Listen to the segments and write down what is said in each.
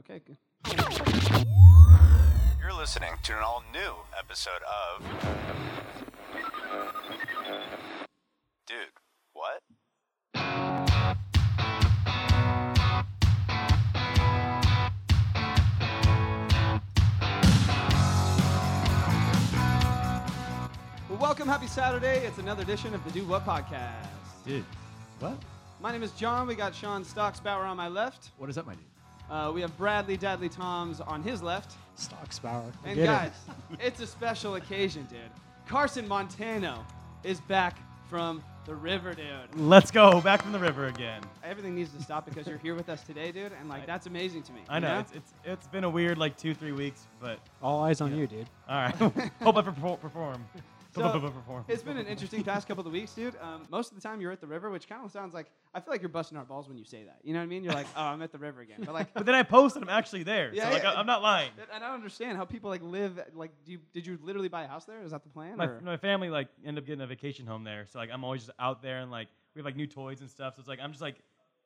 Okay, good. You're listening to an all new episode of. Dude, what? Well, welcome. Happy Saturday. It's another edition of the Do What podcast. Dude, what? My name is John. We got Sean Stocksbauer on my left. What is up, my dude? Uh, we have Bradley Dadley Toms on his left. Stock Spower. I And get it. guys, it's a special occasion, dude. Carson Montano is back from the river, dude. Let's go back from the river again. Everything needs to stop because you're here with us today, dude. And like, that's amazing to me. I you know it's, it's it's been a weird like two three weeks, but all eyes on you, dude. all right. Hope I perfor- perform. So, Hope I perform. It's been an interesting past couple of weeks, dude. Um, most of the time you're at the river, which kind of sounds like I feel like you're busting our balls when you say that. You know what I mean? You're like, oh, I'm at the river again. But like, But then I post and I'm actually there. Yeah, so like, yeah. I, am not lying. I don't understand how people like live. Like, do you, did you literally buy a house there? Is that the plan? My, or- my family like end up getting a vacation home there, so like I'm always just out there and like we have like new toys and stuff. So it's like I'm just like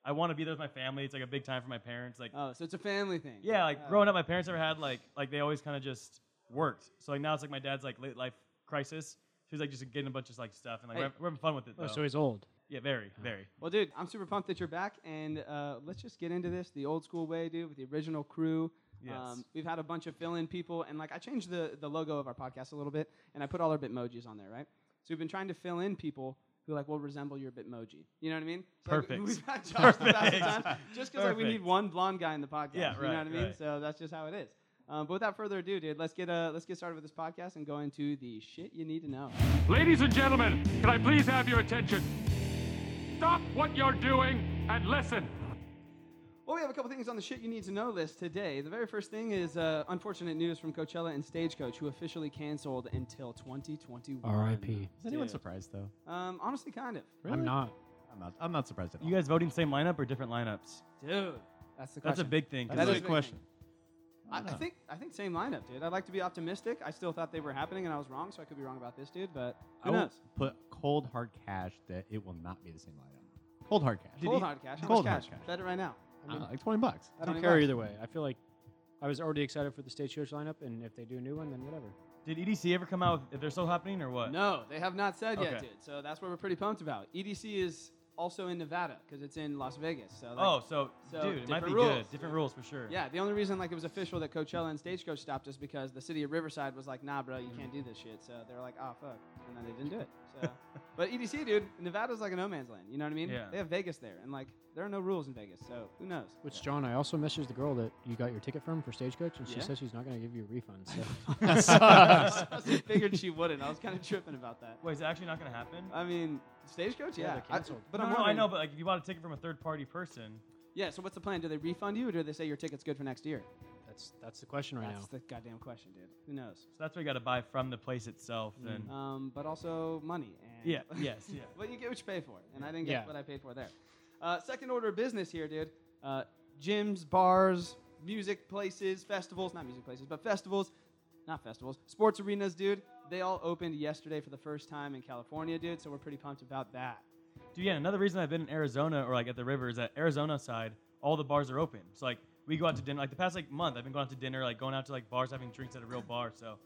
I want to be there with my family. It's like a big time for my parents. Like oh, so it's a family thing. Oh. Yeah, like growing up, my parents never had like like they always kind of just worked. So like now it's like my dad's like late life crisis. So he's like just getting a bunch of like stuff and like Hey. we're, we're having fun with it though. Oh, so he's old. yeah, very, Oh. very. Well, dude, I'm super pumped that you're back, and uh, let's just get into this the old school way, dude, with the original crew. Um, Yes. we've had a bunch of fill-in people, and like I changed the the logo of our podcast a little bit, and I put all our Bitmojis on there, right? So we've been trying to fill in people who like will resemble your Bitmoji. You know what I mean? So, like, Perfect. we've had Josh a thousand Perfect. times just because like we need Perfect. one blonde guy in the podcast. Yeah, You know right, what I mean? right. So that's just how it is. Um, but without further ado, dude, let's get uh, let's get started with this podcast and go into the shit you need to know. Ladies and gentlemen, can I please have your attention? Stop what you're doing and listen. Well, we have a couple things on the shit you need to know list today. The very first thing is uh, unfortunate news from Coachella and Stagecoach, who officially canceled until 2021. R.I.P. Is anyone Dude. surprised though? Um, honestly, kind of. I'm not. I'm not. I'm not surprised at all. You guys voting same lineup or different lineups? Dude, that's the question. That's a big thing. 'cause, That That's like, is a big big question. I, I think I think same lineup, dude. I'd like to be optimistic. I still thought they were happening, and I was wrong, so I could be wrong about this, dude. But I Oh, who will knows? put cold hard cash that it will not be the same lineup. Cold hard cash. Cold hard cash. How much Cold hard cash? cash. Bet it right now. I don't know, like twenty bucks. I I don't care either way. I feel like I was already excited for the stagecoach lineup, and if they do a new one, then whatever. Did EDC ever come out? with If they're still happening or what? No, they have not said yet, Okay. dude. So that's what we're pretty pumped about. EDC is also in Nevada because it's in Las Vegas. So like, Oh, so, So, dude, it might be different rules. good. Different rules for sure. Yeah, the only reason like it was official that Coachella and Stagecoach stopped is because the city of Riverside was like, "Nah, bro, you can't do this shit." So they were like, "Oh fuck," and then they didn't do it. So, but EDC, dude, Nevada's like a no man's land. You know what I mean? Yeah. They have Vegas there, and like there are no rules in Vegas, so who knows? Which, John, I also messaged the girl that you got your ticket from for stagecoach, and she Yeah? says she's not going to give you a refund. So That I sucks. honestly figured she wouldn't. I was kind of tripping about that. Wait, is it actually not gonna happen? I mean, Stagecoach, Yeah, yeah, they're I- canceled. Uh, but no, I'm no, I wondering- know, but like if you bought a ticket from a third party person, yeah. So what's the plan? Do they refund you, or do they say your ticket's good for next year? that's that's the question right That's now. the goddamn question, dude. Who knows? so that's what you got to buy from the place itself. Then. Um, but also money. And Yeah. Yes. Yeah. Well, you get what you pay for, and I didn't get Yeah. what I paid for there. Uh, second order of business here, dude. Uh, gyms, bars, music places, festivals—not music places, but festivals, not festivals. Sports arenas, dude. They all opened yesterday for the first time in California, dude. So we're pretty pumped about that. Dude, yeah, another reason I've been in Arizona or like at the river is that Arizona side, all the bars are open. So like we go out to dinner like the past like month I've been going out to dinner, like going out to like bars, having drinks at a real bar. So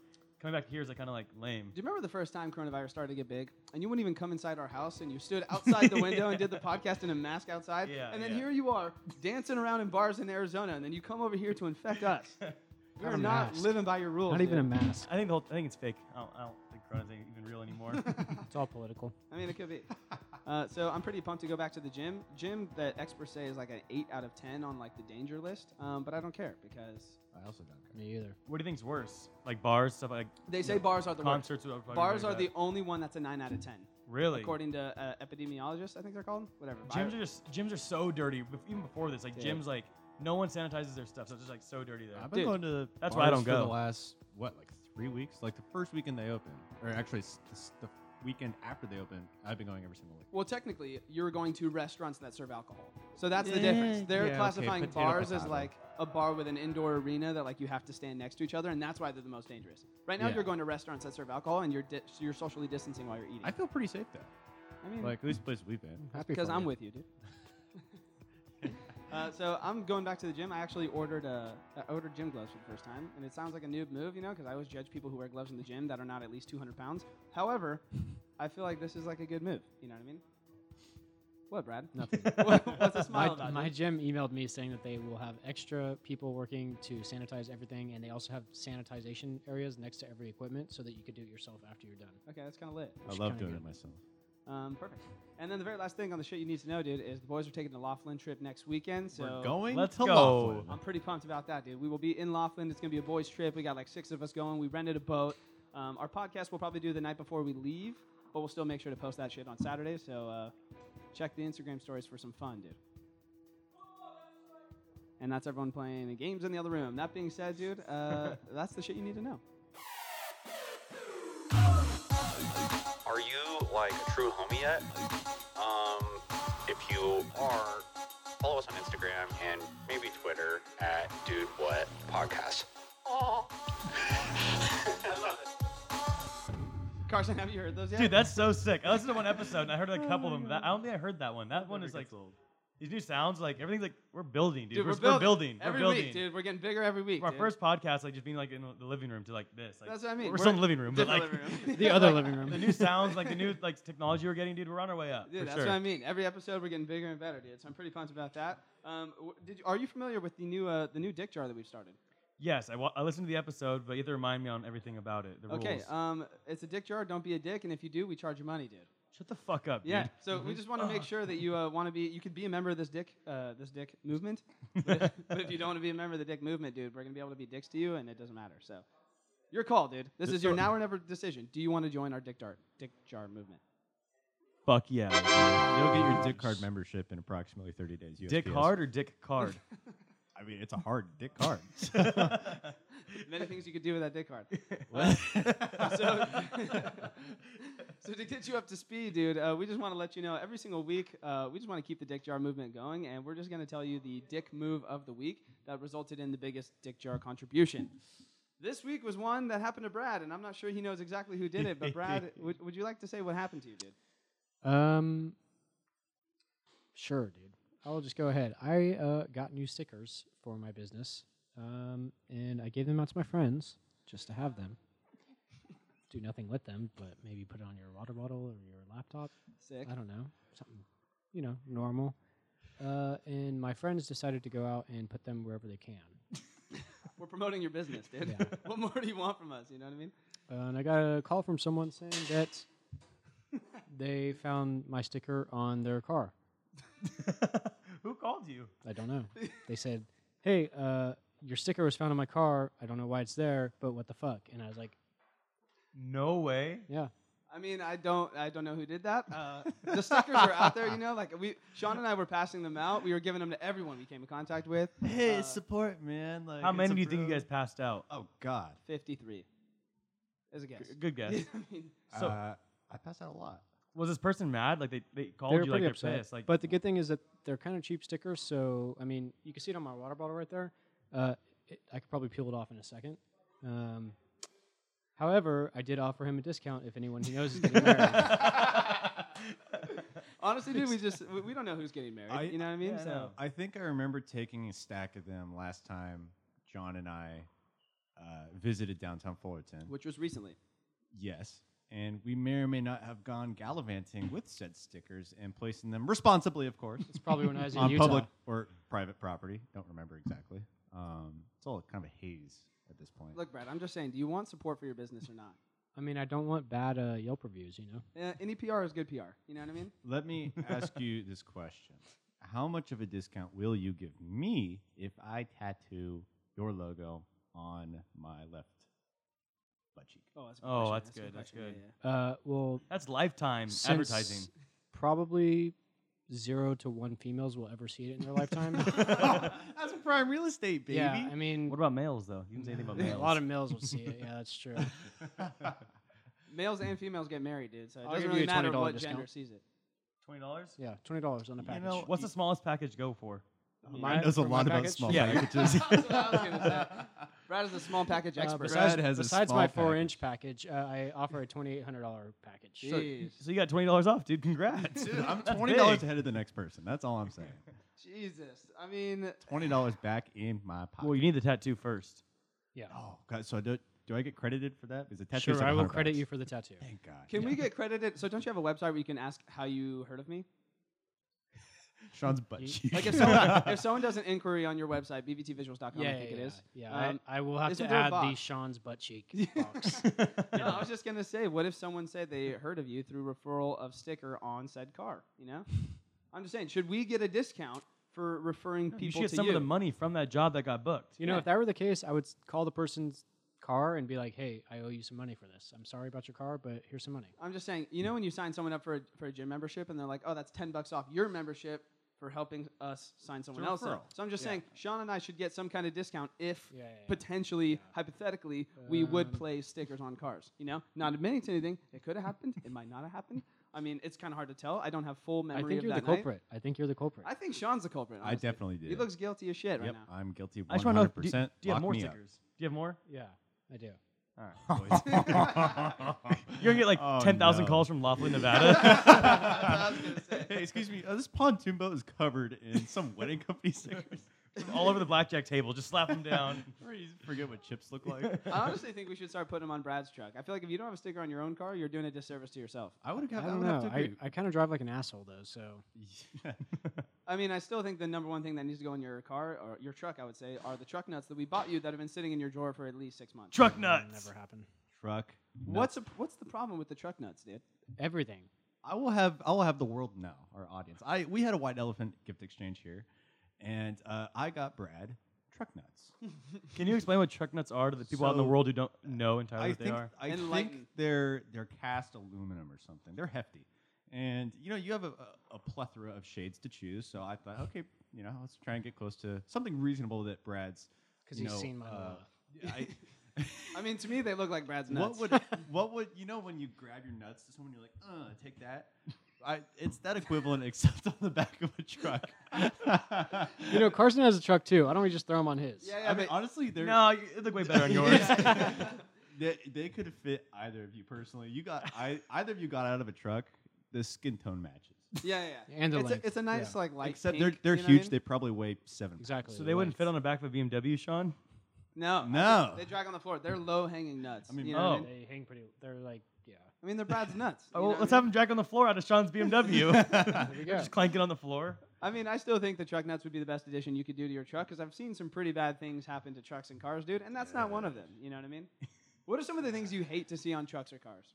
coming back here is like kinda like lame. Do you remember the first time coronavirus started to get big, and you wouldn't even come inside our house, and you stood outside the window and did the podcast in a mask outside, Yeah, and then yeah. here you are dancing around in bars in Arizona, and then you come over here to infect us. We are a not mask. living by your rules. Not even a dude. mask. I think the whole I think it's fake. I don't, I don't think Corona's even real anymore. It's all political. I mean, it could be. Uh, so I'm pretty pumped to go back to the gym. Gym that experts say is like an eight out of ten on like the danger list, um, but I don't care because I also don't care. Me either. what do you think's worse? Like bars, stuff like they say Yeah. bars are the worst. concerts would probably be Bars like are the that. only one that's a nine out of ten, really according to uh, epidemiologists. I think they're called whatever. gyms Bio- are just gyms are so dirty. Bef- Even before this, like Yeah. gyms like no one sanitizes their stuff, so it's just like so dirty there. I've been Dude, going to the that's why I bars don't for go. the last what like three weeks. Like the first weekend they open, or actually s- the, s- the weekend after they open, I've been going every single week. Well, technically, you're going to restaurants that serve alcohol. So that's the Yeah, difference. They're yeah, okay, classifying potato, bars as potato. like a bar with an indoor arena that like you have to stand next to each other, and that's why they're the most dangerous. Right now, Yeah. you're going to restaurants that serve alcohol, and you're di- you're socially distancing while you're eating. I feel pretty safe though. I mean, Like at least places we've been. Happy because for I'm you. with you, dude. Uh, so I'm going back to the gym. I actually ordered a, I ordered gym gloves for the first time, and it sounds like a noob move, you know, because I always judge people who wear gloves in the gym that are not at least 200 pounds. However, I feel like this is like a good move. You know what I mean? What, Brad? Nothing. What- What's a smile my, about? my dude? gym emailed me saying that they will have extra people working to sanitize everything, and they also have sanitization areas next to every equipment so that you could do it yourself after you're done. Okay, that's kind of lit. I It's love kinda doing good. it myself. Um, perfect. And then the very last thing on the shit you need to know, dude, is the boys are taking the Laughlin trip next weekend. So We're going Let's to go. Laughlin. I'm pretty pumped about that, dude. We will be in Laughlin. It's gonna be a boys' trip. We got like six of us going. We rented a boat. Um, our podcast we'll probably do the night before we leave, but we'll still make sure to post that shit on Saturday. So uh, check the Instagram stories for some fun, dude. And that's everyone playing games in the other room. That being said, dude, uh, that's the shit you need to know. Are you like a true homie yet? Um, if you are, follow us on Instagram and maybe Twitter at Dude What Podcast. Carson, have you heard those yet? Dude, that's so sick. I listened to one episode and I heard a couple of them. That, I don't think I heard that one. That one is like these new sounds. Like everything's like we're building, dude. Dude, we're, we're, we're building. building. every we're building. week, dude. We're getting bigger every week. From our dude. first podcast, like just being like in the living room to like this. Like, That's what I mean. We're, still in the living room, but like Different living room. The other living room. the new sounds, like the new like technology we're getting, dude. We're on our way up. Dude, for that's sure. what I mean. Every episode, we're getting bigger and better, dude. So I'm pretty pumped about that. Um, w- did you, are you familiar with the new uh, the new dick jar that we've started? Yes, I, wa- I listened to the episode, but you have to remind me on everything about it. The Okay, rules. um, it's a dick jar. Don't be a dick, and if you do, we charge you money, dude. Shut the fuck up, Yeah. dude. So Mm-hmm. we just want to make sure that you uh, want to be you could be a member of this dick uh, this dick movement. But if, but if you don't want to be a member of the dick movement, dude, we're gonna be able to be dicks to you, and it doesn't matter. So your call, dude. This is your now or never decision. Do you want to join our dick jar dick jar movement? Fuck yeah. You'll get your Dick Card membership in approximately 30 days. USPS. Dick hard or dick card? I mean, it's a hard Dick Card. Many things you could do with that dick card. so, so to get you up to speed, dude, uh, we just want to let you know every single week, uh, we just want to keep the dick jar movement going, and we're just going to tell you the dick move of the week that resulted in the biggest dick jar contribution. This week was one that happened to Brad, and I'm not sure he knows exactly who did it, but Brad, would, would you like to say what happened to you, dude? Um, sure, dude. I'll just go ahead. I uh, got new stickers for my business, um, and I gave them out to my friends just to have them. Do nothing with them, but maybe put it on your water bottle or your laptop. Sick. I don't know, something, you know, normal. Uh, and my friends decided to go out and put them wherever they can. We're promoting your business, dude. Yeah. what more do you want from us? You know what I mean? Uh, and I got a call from someone saying that they found my sticker on their car. Who called you? I don't know. they said, "Hey, uh, your sticker was found on my car. I don't know why it's there, but what the fuck?" And I was like, No way. "Yeah, I mean, I don't, I don't know who did that. Uh, the stickers are out there, you know. Like we, Sean and I were passing them out. We were giving them to everyone we came in contact with. Uh, hey, it's support, man. Like, How many do you think you guys passed out? Oh, God. Fifty-three, as a guess. G- good guess. I mean, So- uh, I pass out a lot. Was this person mad? Like they, they called they were you like pretty they're upset." pissed. Like but the good thing is that they're kind of cheap stickers. So I mean, you can see it on my water bottle right there. Uh, it, I could probably peel it off in a second. Um, however, I did offer him a discount if anyone he knows is getting married. honestly, dude, we just we, we don't know who's getting married. I- you know what I mean? Yeah, I so know. I think I remember taking a stack of them last time John and I uh, visited downtown Fullerton. which was recently. Yes. And we may or may not have gone gallivanting with said stickers and placing them responsibly, of course, It's probably when I was in on Utah. public or private property. Don't remember exactly. Um, it's all kind of a haze at this point. Look, Brad, I'm just saying. Do you want support for your business or not? I mean, I don't want bad uh, Yelp reviews, you know. Uh, any PR is good PR. You know what I mean? Let me ask you this question How much of a discount will you give me if I tattoo your logo on my left butt cheek? Oh, that's good Oh, question. that's That's a good good, that's question. good. Yeah, Uh, well, that's lifetime Since Mm, advertising. Probably zero to one females will ever see it in their lifetime. That's prime real estate, baby. yeah, I mean, What about males though? You didn't say anything about a males. lot of males will see it. Yeah, that's true. Males and females get married, dude. So it I'll doesn't give really you a matter $20 what discount. gender sees it. twenty dollars. Yeah, twenty dollars on a You package. know, What's the smallest package go for? Mine knows a for my lot about package? small Yeah. packages. That's what I was gonna say. Brad is a small package Uh, expert. besides, Brad has a besides small my four-inch package, uh, I offer a twenty-eight hundred dollar package. Jeez. So you got twenty dollars off, dude. Congrats. Dude, I'm That's twenty dollars big. ahead of the next person. That's all I'm saying. Jesus. I mean, Twenty dollars back in my pocket. Well, you need the tattoo first. Yeah. oh God, so I do, do I get credited for that? Because the tattoo. sure, I will credit you for the tattoo. Thank God. can we get credited? So don't you have a website where you can ask how you heard of me? Sean's butt cheek. Like if someone if someone does an inquiry on your website, bbtvisuals.com, Yeah, I think yeah, it is. yeah. Yeah, I- Um, I, will have it's to in their add the box. Sean's butt cheek box. No, I was just gonna say, what if someone said they heard of you through referral of sticker on said car? You know, I'm just saying, should we get a discount for referring You should people get to some you? of the money from that job that got booked. You know, if that were the case, I would s- call the person's car and be like, "Hey, I owe you some money for this. I'm sorry about your car, but here's some money." I'm just saying, you know, when you sign someone up for a, for a gym membership and they're like, oh, that's 10 bucks off your membership for helping us sign someone else up. So I'm just saying, Sean and I should get some kind of discount if Yeah, yeah, yeah. Um, potentially, hypothetically, we would place stickers on cars. You know, not admitting to anything. It could have happened. it might not have happened. I mean, it's kind of hard to tell. I don't have full I memory think of you're the that night. culprit. I think you're the culprit. I think Sean's the culprit. I honestly. definitely did. He looks guilty as shit Yep, right now. I'm guilty. I just One want to know, hundred do, do percent. you have more stickers? Do you have more? yeah, I do. All right. You're going to get like Oh, 10,000 no. calls from Laughlin, Nevada. Hey, excuse me. Uh, this pontoon boat is covered in some wedding company stickers. all over the blackjack table. Just slap them down. Please forget what chips look like. I honestly think we should start putting him on Brad's truck. I feel like if you don't have a sticker on your own car, you're doing a disservice to yourself. I would I have. don't know. I, I kind of drive like an asshole though, so I mean, I still think the number one thing that needs to go in your car or your truck, I would say, are the truck nuts that we bought you that have been sitting in your drawer for at least six months. Truck that'll nuts. never happen. Truck. What's the, what's the problem with the truck nuts, dude? Everything. I will have I will have the world know our audience. I we had a white elephant gift exchange here, and uh, I got Brad truck nuts. Can you explain what truck nuts are to the people out in the So, world who don't know entirely I what they think are? I Enlighten. think they're they're cast aluminum or something. They're hefty, and you know you have a, a, a plethora of shades to choose. So I thought, okay, you know, let's try and get close to something reasonable that Brad's 'Cause you he's know, seen my uh, wallet. I- I mean, to me, they look like Brad's nuts. What would what would you know when you grab your nuts to someone you're like, uh, take that. I, it's that equivalent except on the back of a truck. You know, Carson has a truck too. Why don't we just throw him on his? yeah, yeah, I mean, but honestly, they're No, you- it look way better on yours. they, they could fit either of you personally. You got I, either of you got out of a truck. The skin tone matches. yeah, yeah, yeah. And the it's, length, a, it's a nice yeah. like light. Except pink, they're you know they're what I huge. mean? They probably weigh seven. pounds. Exactly. so they wouldn't fit on the back of a BMW, Sean? no, No. they drag on the floor. They're low hanging nuts. I mean, you know what I oh. mean? They hang pretty. They're like, yeah. I mean, they're Brad's nuts. you Oh, know well, what let's I have mean? him jack on the floor out of Sean's BMW. There we go. Just clank it on the floor. I mean, I still think the truck nuts would be the best addition you could do to your truck because I've seen some pretty bad things happen to trucks and cars, dude, and that's not one of them. You know what I mean? What are some of the things you hate to see on trucks or cars?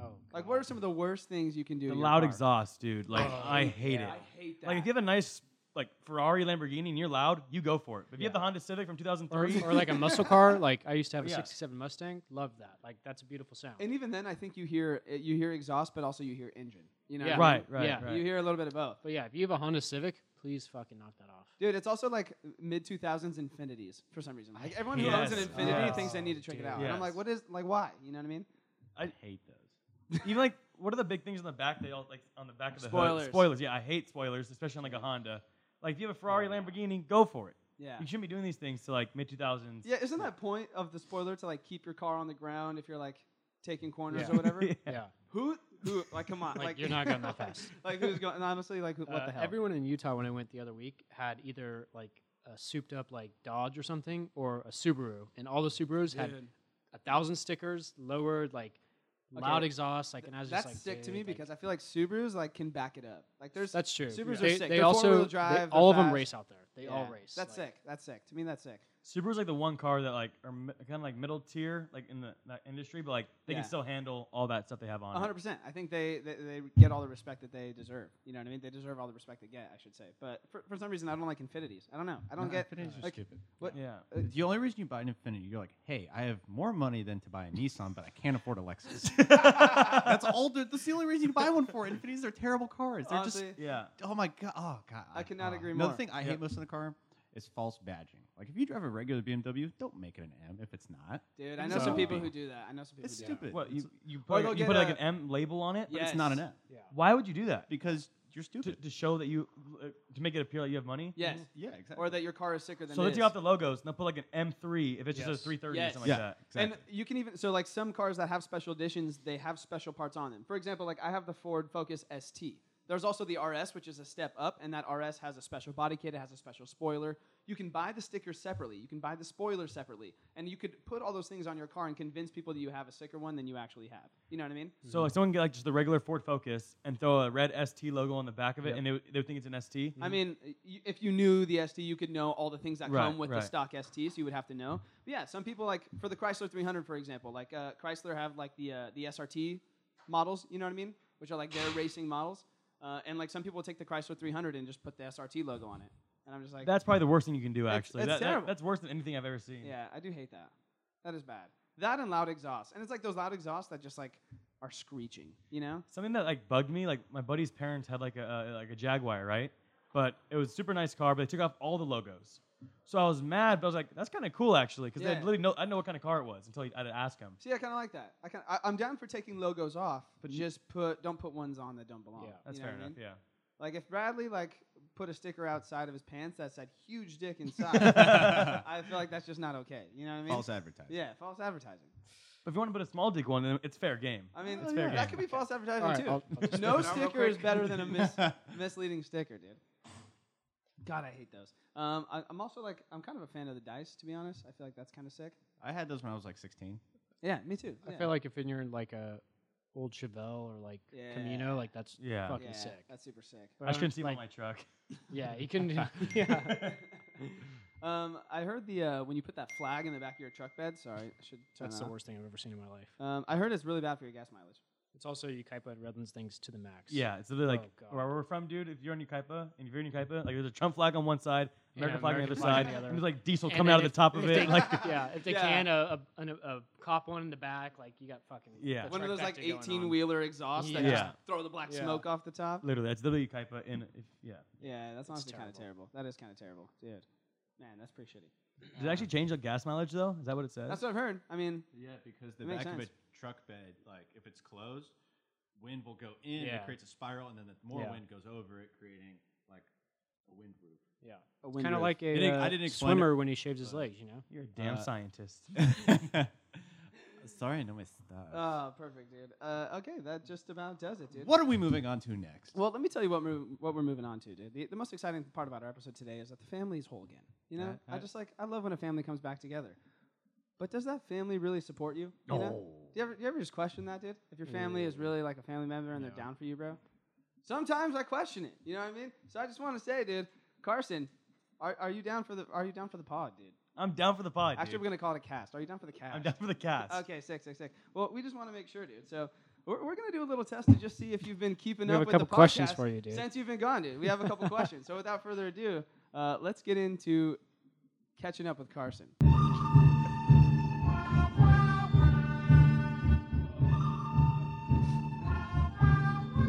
Oh, Like, what are some of the worst things you can do? The to your loud car? exhaust, dude. Like, Oh, I hate it. I hate that. Like if you have a nice like Ferrari, Lamborghini, and you're loud, you go for it. But if you have the Honda Civic from or, 2003, or like a muscle car. Like I used to have a Yeah. '67 Mustang. Loved that. Like that's a beautiful sound. and even then, I think you hear eh, you hear exhaust, but also you hear engine. You know, Yeah. what I right, right, Yeah. right. mean? You hear a little bit of both. But yeah, if you have a Honda Civic, please fucking knock that off. Dude, it's also like mid two thousands Infinities for some reason. Like everyone who owns an Yes. Infinity Yes. thinks they need to check it out. And I'm Yes. like, what is like why? You know what I mean? I hate those. Even like what are the big things on the back? They all like on the back of the Spoilers. hood. Spoilers. Yeah, I hate spoilers, especially on like a Honda. Like if you have a Ferrari, Lamborghini, go for it. Yeah. You shouldn't be doing these things to like mid 2000s. Yeah, isn't that point of the spoiler to like keep your car on the ground if you're like taking corners or whatever? Yeah. Who who like come on, Like, you're not going that fast. like who's going honestly like who, what Uh, the hell? Everyone in Utah when I went the other week had either like a souped up like Dodge or something or a Subaru, and all the Subarus had Dude. a thousand stickers, lowered like loud Okay. exhaust, like and I was that's just like sick to dude, me like- because I feel like Subarus like can back it up. Like there's that's true. Subarus are they, sick. They They're also four-wheel they- drive, all of they're them fast. race out there. They all Yeah. race. That's like- sick. That's sick. To me, that's sick. Subaru's like the one car that like are kind of like middle tier like in the that industry, but like they Yeah. can still handle all that stuff they have on. it. 100. percent I think they, they they get all the respect that they deserve. You know what I mean? They deserve all the respect they get. I should say. But for, for some reason, I don't like Infinities. I don't know. I don't get Infinities are like, stupid. What? Yeah. The only reason you buy an Infinity, you're like, hey, I have more money than to buy a Nissan, but I can't afford a Lexus. that's all. the- That's the only reason you buy one for. Infinities are terrible cars. They're just Honestly, Yeah. Oh my god! Oh god! I cannot oh. agree Another more. thing I Yeah. hate most in the car is false badging. Like if you drive a regular BMW, don't make it an M if it's not. dude. I know some Stupid. people who do that. I know some people. It's who do stupid. What It's- you you Or put, they'll you oh, get put like a- an M label on it? But but it's not an M Yeah. Why would you do that? because you're to, stupid. to show that you uh, to make it appear like you have money. That. Mm-hmm. Yes. yeah, exactly. Or that your car is sicker than. So it they take is. off the logos and they'll put like an M three if it's Yes. just a three thirty Yes. or something yeah, like that. And exactly. you can even so like some cars that have special editions, they have special parts on them. For example, like I have the Ford Focus ST. There's also the RS, which is a step up, and that RS has a special body kit. It has a special spoiler. You can buy the stickers separately. You can buy the spoiler separately, and you could put all those things on your car and convince people that you have a sicker one than you actually have. You know what I mean? So like someone can get like just the regular Ford Focus and throw a red ST logo on the back of it, and they, would- they would think it's an ST. I mean, y- if you knew the ST, you could know all the things that Mm-hmm. Right, come with the right. stock ST, so you would have to know. But yeah, some people like for the Chrysler 300, for example, like uh, Chrysler have like the uh, the SRT models, you know what I mean, which are like their racing models, uh, and like some people take the Chrysler 300 and just put the SRT logo on it, and I'm just like, That's probably the worst thing you can do. That's- Actually, That- that's that- terrible. that's worse than anything I've ever seen. yeah, I do hate that. That is bad. That and loud exhaust, and it's like those loud exhausts that just like are screeching, you know? Something that like bugged me, like my buddy's parents had like a uh, like a Jaguar, right? But it was a super nice car, but they took off all the logos. So I was mad, but I was like, "That's kind of cool, actually," because Yeah. they had literally no, I didn't know what kind of car it was until I had to ask him. See, I kind of like that. I kind I, I'm down for taking logos off, but just put don't put ones on that don't belong. Yeah, You That's know fair what I enough. mean? Mm-hmm. Yeah. Like if Bradley like put a sticker outside of his pants that said huge dick inside, I feel like that's just not okay. You know what I mean? False advertising. Yeah, false advertising. But if you want to put a small dick one, then it's fair game. I mean, Well, fair that game. could be false advertising All right, too. I'll- I'll just no step it out real sticker is quick. better than a mis- misleading sticker, dude. God, I hate those. Um, I, I'm also like, I'm kind of a fan of the dice, to be honest. I feel like that's kind of sick. I had those when I was like 16. Yeah, me too. I Yeah. feel like if you're in like a old Chevelle or like Yeah. Camino, like that's Yeah. fucking yeah, sick. That's super sick. I shouldn't see like, on my truck. Yeah, you can. yeah. Um, I heard the uh, when you put that flag in the back of your truck bed. Sorry, I should turn That's that the off. worst thing I've ever seen in my life. Um, I heard it's really bad for your gas mileage. It's also Ukaipa and Redlands things to the max. Yeah, it's literally like Oh, God. where we're from, dude. If you're in Ukaipa and if you're in Ukaipa, like there's a Trump flag on one side, Yeah, American flag on the American other flag on side, the other. and there's like diesel And coming then out of if- the top of if they- it. Like, yeah, if they Yeah. can, a, a, an- a, cop one in the back, like you got fucking Yeah. that's One of right those like back to going on. 18 wheeler exhausts that Yeah. just throw the black Yeah. smoke off the top. literally, that's literally Ukaipa. In if, yeah, Yeah, that's honestly kind of terrible. terrible. That is kind of terrible, dude. Man, that's pretty shitty. does it actually change the gas mileage though? Is that what it says? That's what I've heard. I mean, Yeah, because the That makes back of sense. a truck bed, like if it's closed, wind will go in. Yeah. It creates a spiral, and then the more Yeah. wind goes over it, creating like a wind roof. Yeah, a kind of like a didn't- uh, I didn't explain it, swimmer when he shaves his legs. You know, You're a damn Uh, scientist. Sorry, I know my stuff. Oh, perfect, dude. Uh, okay, that just about does it, dude. what are we moving on to next? Well, let me tell you what, move, what we're moving on to, dude. The, the most exciting part about our episode today is that the family is whole again. You know, Right, I right. just like I love when a family comes back together. But does that family really support you? You know? Do you ever, do you ever just question that, dude? If your family Mm. is really like a family member and they're down for you, bro. Sometimes I question it. You know what I mean? So I just want to say, dude, Carson, are, are you down for the Are you down for the pod, dude? I'm down for the pod. Actually, dude. we're gonna call it a cast. Are you down for the cast? I'm down for the cast. Okay, sick, sick, sick. Well, we just want to make sure, dude. So we're, we're gonna do a little test to just see if you've been keeping We up have a with the couple questions podcast for you, dude. Since you've been gone, dude, we have a couple questions. So without further ado, uh, let's get into catching up with Carson.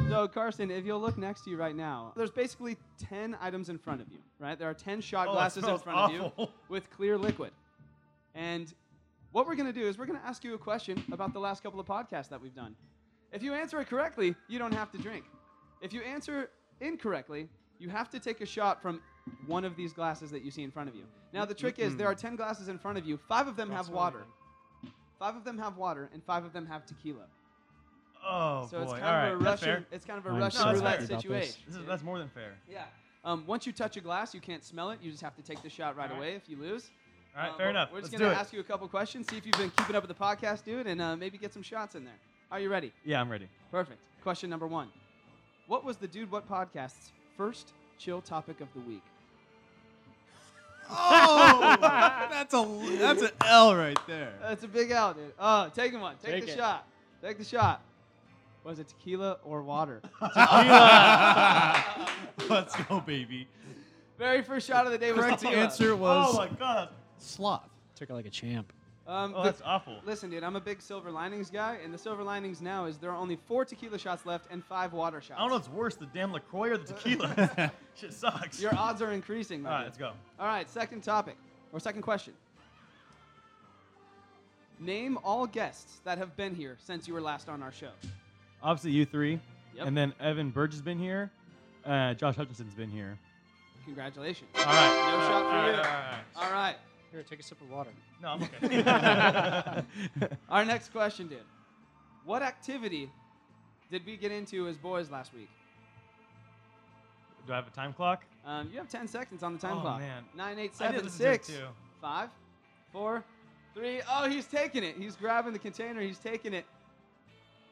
So Carson, if you'll look next to you right now, there's basically ten items in front of you, right? There are ten shot Oh, it glasses in smells front of you awful. with clear liquid. And what we're going to do is we're going to ask you a question about the last couple of podcasts that we've done. If you answer it correctly, you don't have to drink. If you answer incorrectly, you have to take a shot from one of these glasses that you see in front of you. Now, the trick is there are 10 glasses in front of you, five of them have smell water. anything. Five of them have water, and five of them have tequila. Oh So boy. it's kind All of right. a that's Russian. fair. It's kind of a I'm Russian sorry roulette about this. situation. This is, that's more than fair. Yeah. Um, once you touch a glass, you can't smell it. You just have to take the shot right away if you lose. All right. Um, fair but enough. We're just Let's gonna do it. ask you a couple questions, see if you've been keeping up with the podcast, dude, and uh, maybe get some shots in there. Are you ready? yeah, I'm ready. Perfect. Question number one: What was the Dude What podcast's first chill topic of the week? Oh, that's a that's an L right there. That's a big L, dude. Oh, take him one. Take, Take the it. shot. Take the shot. Was it tequila or water? Let's go, baby. Very first shot of the day was Correct tequila. answer was oh my god. sloth. took it like a champ. Um, Oh, the- that's awful. Listen, dude, I'm a big Silver Linings guy, and the Silver Linings now is there are only four tequila shots left and five water shots. I don't know what's worse, the damn Lacroix or the tequila. Shit sucks. Your odds are increasing. my All right, dude. let's go. All right, second topic or second question. Name all guests that have been here since you were last on our show. Obviously, you three, Yep. and then Evan Burge has been here. Uh, Josh Hutchinson's been here. Congratulations. All right. No Uh, All shot for right, you. all right, all right. All right. Here, take a sip of water. No, I'm okay. Our next question, dude. What activity did we get into as boys last week? Do I have a time clock? Um, you have 10 seconds on the time Oh, clock. man. Nine, I eight, did seven, listen to it, six, too. five, four, three. Oh, he's taking it. He's grabbing the container. He's taking it.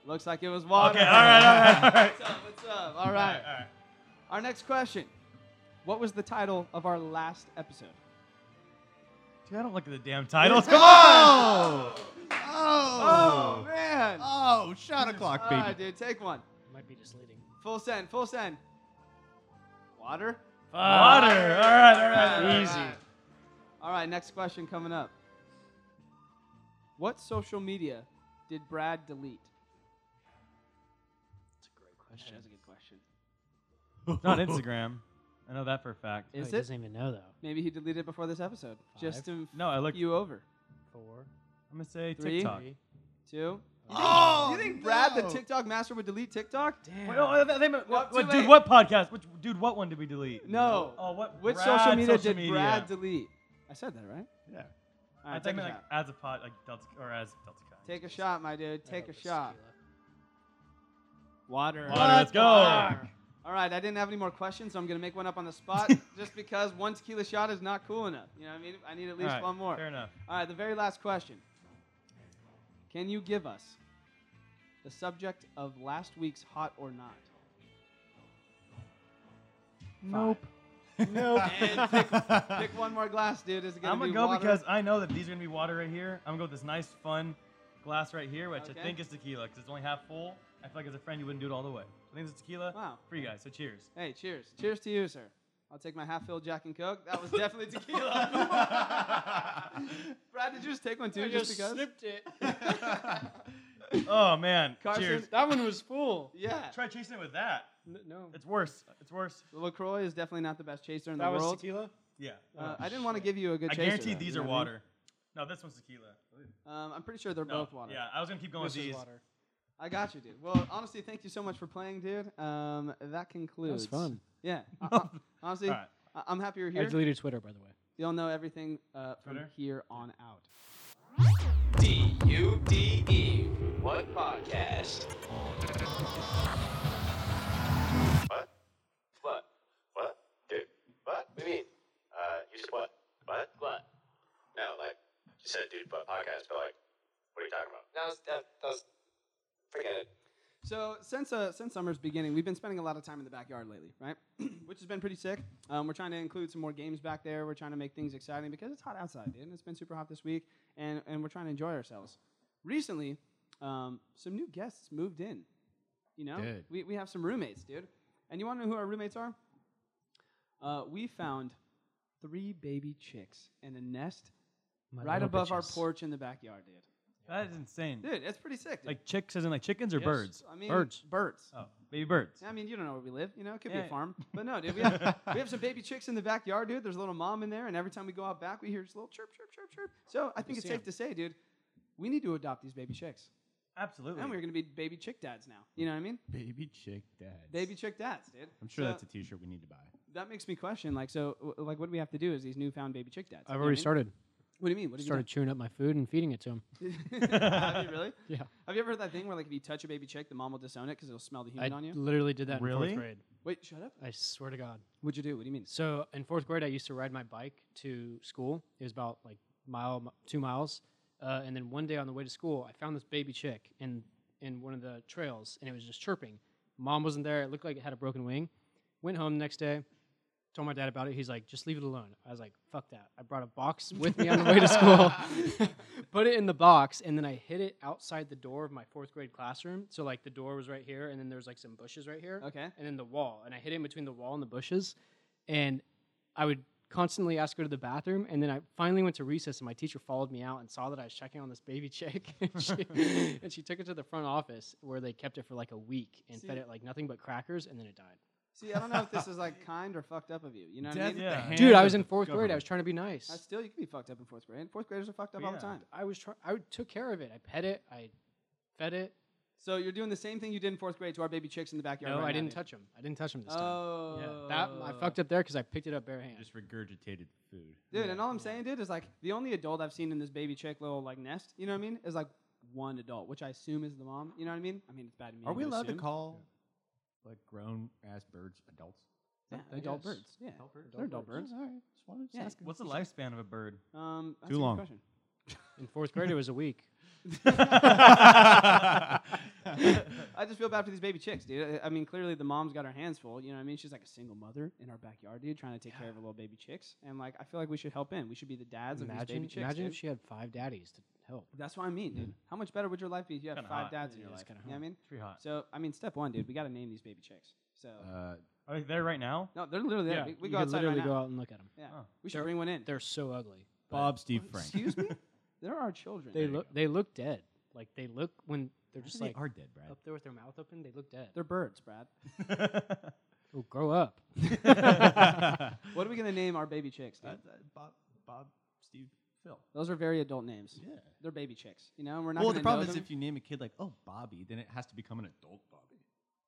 Looks like it was water. Okay, all right, all right, all right. What's up? What's up? All right. Our next question What was the title of our last episode? Dude, I don't look at the damn titles. Come on! Oh, man. Oh, shot o'clock, All baby. right, dude, take one. Might be Oh, misleading. Full send, full send. Water? Water. All right, all right. all right. Easy. All right, next question coming up. What social media did Brad delete? That's a great question. a good question. It's not Instagram. I know that for a fact. Is oh, it? He doesn't even know though. Maybe he deleted it before this episode. Just Five. to f- No, I looked. you over. Four. I'm gonna say Three. TikTok. three. Two. Oh, you think Brad, the no. TikTok master, would delete TikTok? Damn. Wait, oh, they- they- what- Well, too what- late. dude, what podcast? Which dude? What one did we delete? No. Oh, what? Which Brad social media social did media. Brad delete? I said that right. Yeah. All I right, take think a like shot. as a pod, like Delta, or as Delta Chi. Take a shot, my dude. I Take hope a it's shot. tequila. Water. Water, let's go. Water. All right, I didn't have any more questions, so I'm gonna make one up on the spot, just because one tequila shot is not cool enough. You know what I mean? I need at least All right, one more. Fair enough. All right, the very last question. Can you give us the subject of last week's hot or not? Nope. Nope. And pick, pick one more glass, dude. Is it gonna I'm gonna be go water? because I know that these are gonna be water right here. I'm gonna go with this nice, fun glass right here, which Okay. I think is tequila because it's only half full. I feel like as a friend, you wouldn't do it all the way. I think it's tequila Wow. for you guys. So cheers. Hey, cheers. Cheers to you, sir. I'll take my half-filled Jack and Coke. That was definitely tequila. Brad, did you just take one too? I just, just because? snipped it. Oh man. Carson, Cheers. that one was full. Yeah. Try chasing it with that. N- no. It's worse. It's worse. The LaCroix is definitely not the best chaser in That the was world. tequila. Yeah. Uh, I didn't want to give you a good Oh, I chaser. guarantee though, these you are know what I mean? water. No, this one's tequila. Um, I'm pretty sure they're No, both water. Yeah, I was gonna keep going This with is these. water. I got you, dude. Well, honestly, thank you so much for playing, dude. Um, that concludes. fun. Yeah. I- I- honestly, All right. I- I'm happy you're I here. deleted Twitter, by the way. You'll know everything uh, from Twitter? here on out. D U D E. What podcast? What? What? What? Dude. What? What do you mean? Uh, you said what? What? What? No, like, you said dude, but podcast, but like, what are you talking about? No, that, that was, forget it. So since uh, since summer's beginning, we've been spending a lot of time in the backyard lately, right? Which has been pretty sick. Um, we're trying to include some more games back there. We're trying to make things exciting because it's hot outside, dude. and It's been super hot this week, and and we're trying to enjoy ourselves. Recently, um, some new guests moved in. You know, Dude. we we have some roommates, dude. And you want to know who our roommates are? Uh, we found three baby chicks and a nest My right little above our bitches. porch in the backyard, dude. That is insane. Dude, that's pretty sick. Dude. Like chicks, as in like chickens or birds? I mean, birds. Birds. Oh, baby birds. I mean, you don't know where we live. You know, it could be a Yeah. farm. But no, dude, we have, we have some baby chicks in the backyard, dude. There's a little mom in there, and every time we go out back, we hear this little chirp, chirp, chirp, chirp. So I think it's see safe 'em. to say, dude, we need to adopt these baby chicks. Absolutely. And we're going to be baby chick dads now. You know what I mean? Baby chick dad. Baby chick dads, dude. I'm sure So that's a T-shirt we need to buy. that makes me question, like, so, w- like, what do we have to do as these newfound baby chick dads? You I've know what I already mean? started. What do you mean? What have Started chewing up my food and feeding it to him. you done? have you really? Yeah. Have you ever heard that thing where, like, if you touch a baby chick, the mom will disown it because it'll smell the I human on you? literally did that in Really? fourth grade. Wait, shut up. I swear to God. What'd you do? What do you mean? So in fourth grade, I used to ride my bike to school. It was about like mile, mi- two miles. Uh, and then one day on the way to school, I found this baby chick in in one of the trails, and it was just chirping. Mom wasn't there. It looked like it had a broken wing. Went home the next day, told my dad about it. He's like, "Just leave it alone." I was like, "Fuck that!" I brought a box with me on the way to school, put it in the box, and then I hid it outside the door of my fourth grade classroom. So like the door was right here, and then there was like some bushes right here Okay. and then the wall, and I hid it in between the wall and the bushes, and I would constantly ask her to the bathroom, and then I finally went to recess, and my teacher followed me out and saw that I was checking on this baby chick, and she, and she took it to the front office where they kept it for like a week and fed See- it like nothing but crackers, and then it died. See, I don't know if this is, like, kind or fucked up of you. You know what I Death mean? at the Yeah. hand Dude, I of was in the fourth grade. I was government. trying to be nice. I still, you can be fucked up in fourth grade. Fourth graders are fucked up all the Yeah. time. I was trying. I would- took care of it. I pet it. I fed it. So you're doing the same thing you did in fourth grade to our baby chicks in the backyard. No, right I now, didn't dude. touch him. I didn't touch him this time. Oh, That I fucked up there because I picked it up bare hands. Just regurgitated food. dude. And all I'm saying, dude, is like the only adult I've seen in this baby chick little like nest. You know what I mean? Is like one adult, which I assume is the mom. You know what I mean? I mean, it's bad. of me Are we allowed to assume. call like grown ass birds adults? Yeah, I adult guess. birds. Yeah, Adult birds. they're adult birds. All right. Just wanted to Yeah. ask. What's the lifespan of a bird? Um, that's Too a good long. question. In fourth grade, it was a week. I just feel bad for these baby chicks, dude. I- I mean, clearly the mom's got her hands full. You know what I mean? She's like a single mother in our backyard, dude, trying to take care of her little baby chicks. And like, I feel like we should help in. We should be the dads of these baby Imagine, chicks. imagine dude. if she had five daddies to help. That's what I mean, dude. How much better would your life be if you had Kinda five hot. dads in Yeah, your it's life? You know kinda what I hot. mean? It's pretty hot. So, I mean, step one, dude. We got to name these baby chicks. So, Uh, Are they there right now? no, they're literally there. yeah, We, we you go could outside right literally now. go out and look at them. Yeah, Oh. we should bring one in. They're so ugly. Bob, Steve, Frank. Excuse me? there are children. They look. They look dead. Like they look when they're just they like are dead, Brad. up there with their mouth open. They look dead. They're birds, Brad. Oh, grow up. What are we gonna name our baby chicks? Dude? Bob, Bob, Steve, Phil. Those are very adult names. Yeah. They're baby chicks. You know, and we're not. Well, gonna the problem know is them. if you name a kid like, oh, Bobby, then it has to become an adult Bobby.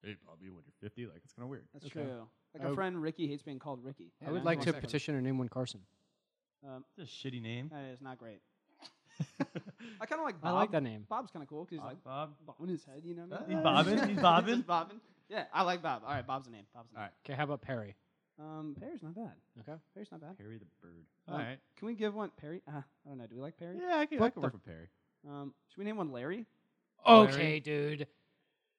Hey, Bobby, when you're 50, like, it's kind of weird. That's Okay. true. Like I our would- friend Ricky hates being called Ricky. I would like to petition her name one Carson. Um, That's a shitty name. that is not great. I kind of like. I Bob. like that name. Bob's kind of cool because he's like Bob. bobbing his head. You know. What I Uh, mean? He's bobbing. He's bobbing. Just bobbing. Yeah, I like Bob. All right, Bob's the name. Bob's the All name. right. Okay, how about Perry? Um, Perry's not bad. Okay. Perry's not bad. Perry the bird. Um, Can we give one Perry? Uh, I don't know. Do we like Perry? Yeah, I can, I What can the- work with Perry. Um, should we name one Larry? Okay, dude.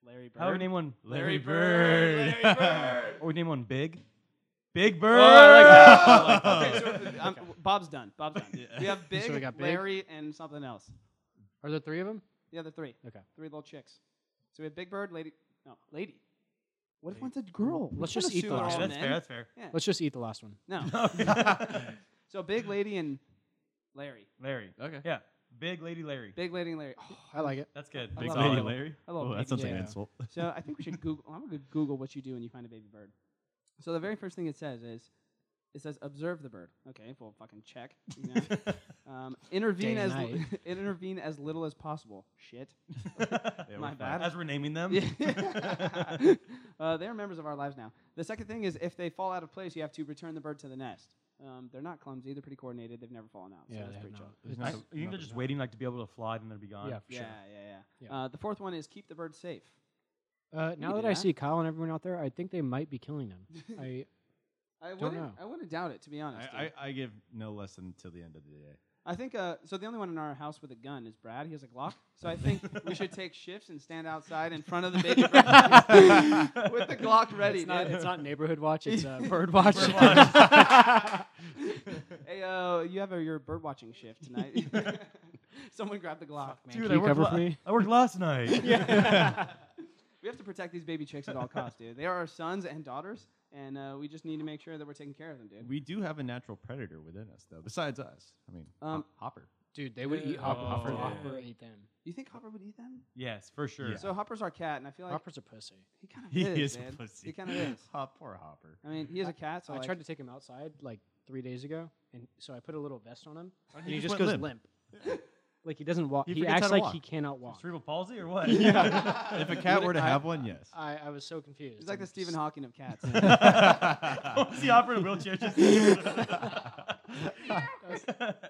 Larry Bird. How would we name one? Larry Bird. Larry Bird. or we name one Big. Big Oh, Bird. okay, so I'm, Bob's done. Bob's done. We have Big, we got Big. Larry, and something else. Are there three of them? The other three. Okay. Three little chicks. So we have Big Bird, Lady. No, Lady. What if one's a girl? We Let's can't just eat assume the they're last all Yeah, one. that's men. fair. That's fair. Oh, Let's just eat the last one. No. so Big Lady and Larry. Larry. Okay. Yeah. Big Lady Larry. Big Lady and Larry. Oh, I like it. That's good. I Big love Solid. Lady Bobby. Larry? I love oh, Baby that sounds like an Jane. insult. So I think we should Google. I'm gonna Google what you do when you find a baby bird. So the very first thing it says is, it says observe the bird. Okay, well fucking check. You know? um, intervene Day as and li- intervene as little as possible. Shit. My bad. As we're naming them. Yeah. uh, they are members of our lives now. The second thing is if they fall out of place, you have to return the bird to the nest. Um, they're not clumsy. They're pretty coordinated. Theyve never fallen out. so Yeah, that's they have pretty chill. not. I, you think they're just waiting like to be able to fly and then be gone? Yeah, for Yeah, sure. yeah, yeah, Yeah. Uh, the fourth one is keep the bird safe. Uh, now do that I that. see Kyle and everyone out there, I think they might be killing them. I I Don't wouldn't. know. I wouldn't doubt it to be honest. dude. I, I, I give no less than until the end of the day. I think uh, so. The only one in our house with a gun is Brad. He has a Glock. So I think we should take shifts and stand outside in front of the baby bird with the Glock ready. it's not, dude. it's not neighborhood watch. It's uh, bird watch. hey, uh, you have uh your bird watching shift tonight. Someone grab the Glock, man. Dude, Can you cover for me? I worked last night. We have to protect these baby chicks at all costs, dude. They are our sons and daughters, and uh, we just need to make sure that we're taking care of them, dude. We do have a natural predator within us, though, besides us. I mean, Um, Hop- Hopper. Dude, they would eat Oh, Hopper. Hopper, yeah. Hopper ate them. You think Hopper would eat them? Yes, for sure. Yeah. So Hopper's our cat, and I feel like Hopper's a pussy. he kind of He is, is man. a pussy. He kind of is. Hop, poor Hopper. Oh, I mean, he is a cat, so I like, tried to take him outside like three days ago, and so I put a little vest on him, and he he just just went goes limp. limp. like he doesn't walk. He He, forgets how acts to like walk. he cannot walk. Cerebral palsy or what? if a cat were to have one, yes. I, I was so confused. he's like the I'm Stephen s- Hawking of cats. What's he offering a wheelchair? Just Oh, God.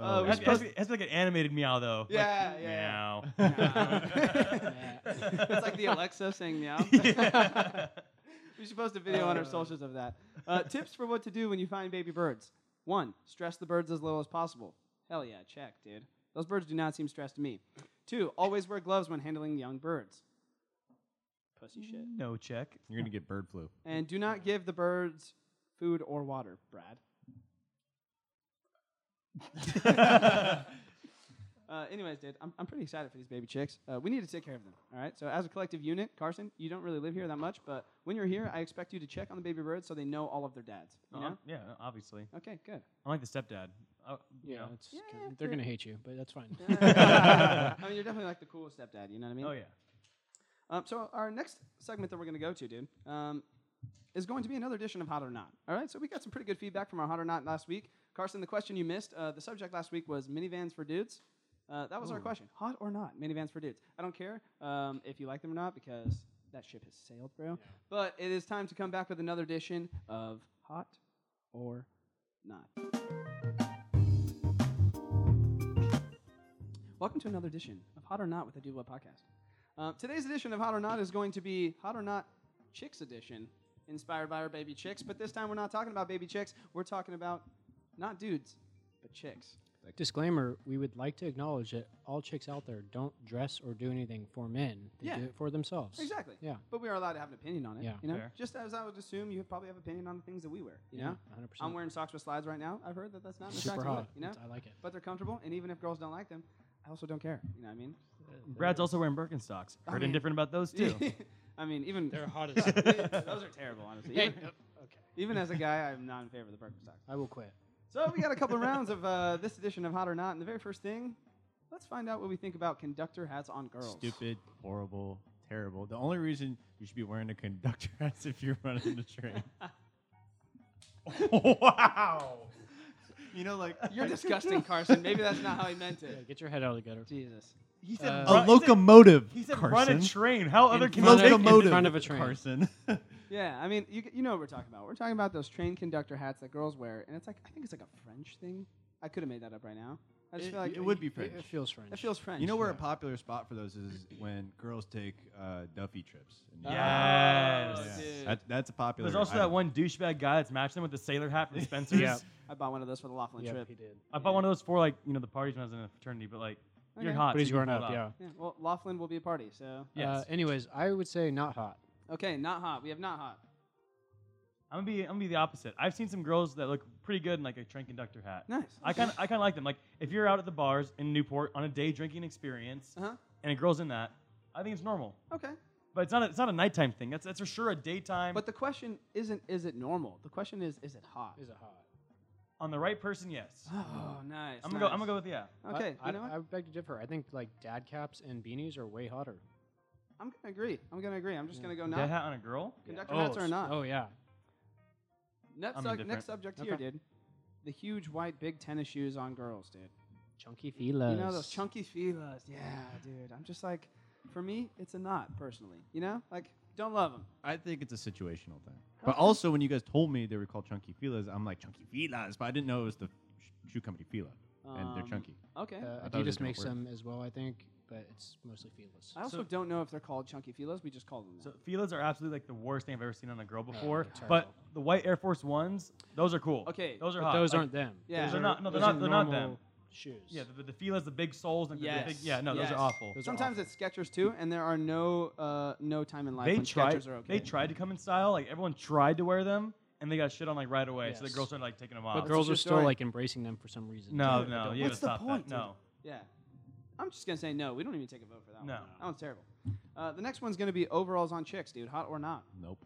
Uh, we're has, has, supposed- to be, has to be like an animated meow though. yeah, Like, yeah, yeah. Meow. It's like the Alexa saying meow. we should post a video on our socials of that. Uh, tips for what to do when you find baby birds. One, stress the birds as little as possible. Hell yeah, check, dude. Those birds do not seem stressed to me. Two, always wear gloves when handling young birds. Pussy shit. No check. You're going to get bird flu. And do not give the birds food or water, Brad. Uh, anyways, dude, I'm, I'm pretty excited for these baby chicks. Uh, we need to take care of them, all right? So, as a collective unit, Carson, you don't really live here that much, but when you're here, I expect you to check on the baby birds so they know all of their dads. You Uh, know? yeah, no, obviously. Okay, good. I'm like the stepdad. Uh, you Yeah, know. it's, Yeah, kinda- yeah, they're yeah. gonna hate you, but that's fine. I mean, you're definitely like the coolest stepdad. You know what I mean? Oh yeah. Um, so our next segment that we're going to go to, dude, um, is going to be another edition of Hot or Not. All right. So we got some pretty good feedback from our Hot or Not last week. Carson, the question you missed, uh, the subject last week was minivans for dudes. Uh, that was our question: hot or not, minivans for dudes. I don't care um, if you like them or not because that ship has sailed, bro. But it is time to come back with another edition of Hot or Not. Welcome to another edition of Hot or Not with the Dude Web Podcast. Uh, today's edition of Hot or Not is going to be Hot or Not Chicks Edition, inspired by our baby chicks. But this time we're not talking about baby chicks. We're talking about not dudes, but chicks. Disclaimer: We would like to acknowledge that all chicks out there don't dress or do anything for men. They Yeah. do it for themselves. Exactly. Yeah. But we are allowed to have an opinion on it. Yeah. You know, Fair. just as I would assume, you probably have opinion on the things that we wear. You know, One hundred percent. I'm wearing socks with slides right now. I've heard that that's not an super attractive hot. look, You know, I like it. but they're comfortable, and even if girls don't like them, I also don't care. You know what I mean? Brad's also wearing Birkenstocks. I Heard mean- indifferent about those too. I mean, even They're hot as those are terrible, honestly. Hey, Even, no- okay. even as a guy, I'm not in favor of the Birkenstocks. oh, I will quit. So we got a couple rounds of uh, this edition of Hot or Not, and the very first thing, let's find out what we think about conductor hats on girls. Stupid, horrible, terrible. The only reason you should be wearing a conductor hat is if you're running the train. wow. You know, like You're disgusting, Carson. Maybe that's not how he meant Yeah, it. get your head out of the gutter. Jesus. He said Uh, a run- he said- locomotive. He said, Carson. "Run a train." How other In can you front make it? of- in locomotive, front of a train. Carson. Yeah, I mean, you, you know what we're talking about. We're talking about those train conductor hats that girls wear, and it's like I think it's like a French thing. I could have made that up right now. I just It- feel like it would be It, French. it feels French. It feels French. You know where a Yeah. popular spot for those is when girls take uh, Duffy trips. in New York. Yes. Oh, dude. That, that's a popular. There's also that item. one douchebag guy that's matching them with the sailor hat from Spencer's. Yeah. I bought one of those for the Laughlin Yep, trip. he did. I bought one of those for like you know the parties when I was in a fraternity, but like you're Okay. hot. But he's so you growing can up. pull it Yeah. off. Yeah, well, Laughlin will be a party, so Uh, Yes. anyways, I would say not hot. okay, not hot. We have not hot. I'm gonna be I'm gonna be the opposite. I've seen some girls that look pretty good in like a train conductor hat. Nice. I kind of I kind of like them. Like if you're out at the bars in Newport on a day drinking experience, Uh huh. and a girl's in that, I think it's normal. Okay. But it's not a, it's not a nighttime thing. That's that's for sure a daytime. But the question isn't is it normal? The question is is it hot? Is it hot? on the right person, yes. Oh, nice. I'm gonna go. I'm gonna go with yeah. gonna go. Okay, you I, I, know what? I would beg to differ. I think like dad caps and beanies are way hotter. I'm gonna agree. I'm gonna agree. I'm just gonna go Dead not. hat on a girl. Conductor hats oh, or not. Oh yeah. Next, I'm sub- indifferent. next subject here, Okay. dude. The huge white big tennis shoes on girls, dude. Chunky feelers. You know those chunky feelers. Yeah, dude. I'm just like, for me, it's a knot personally. You know, like don't love them. I think it's a situational thing. But also, when you guys told me they were called Chunky Filas, I'm like Chunky Filas, but I didn't know it was the sh- shoe company Fila, and they're Um, chunky. Okay. I Uh, thought it was a Adidas different makes word. them as well, I think, but it's mostly feelers. I also so- don't know if they're called chunky feelers. We just call them. That. So Fila's are absolutely like the worst thing I've ever seen on a girl before. they're but the white Air Force Ones, those are cool. Okay, those are but hot. those Like, aren't them. Yeah. Those They're are- not- no, they're those are not- they're not normal them. Shoes. Yeah, the, the Fila's, the big soles, like the- the, big, Yes. yeah. No, those Yes. are awful. Those are Sometimes awful. it's Skechers too, and there are no uh, no time in life they when tried. Skechers are okay. They tried to come in style. Like everyone tried to wear them, and they got shit on like right away. So the Yes. girls started like taking them But off. girls your are still story? like embracing them for some reason. no, Dude, I no, don't you like gotta What's the stop that. point, dude? No, Yeah. I'm just going to say no. We don't even take a vote for that No. one. That one's terrible. Uh, the next one's going to be overalls on chicks, dude. Hot or not. Nope.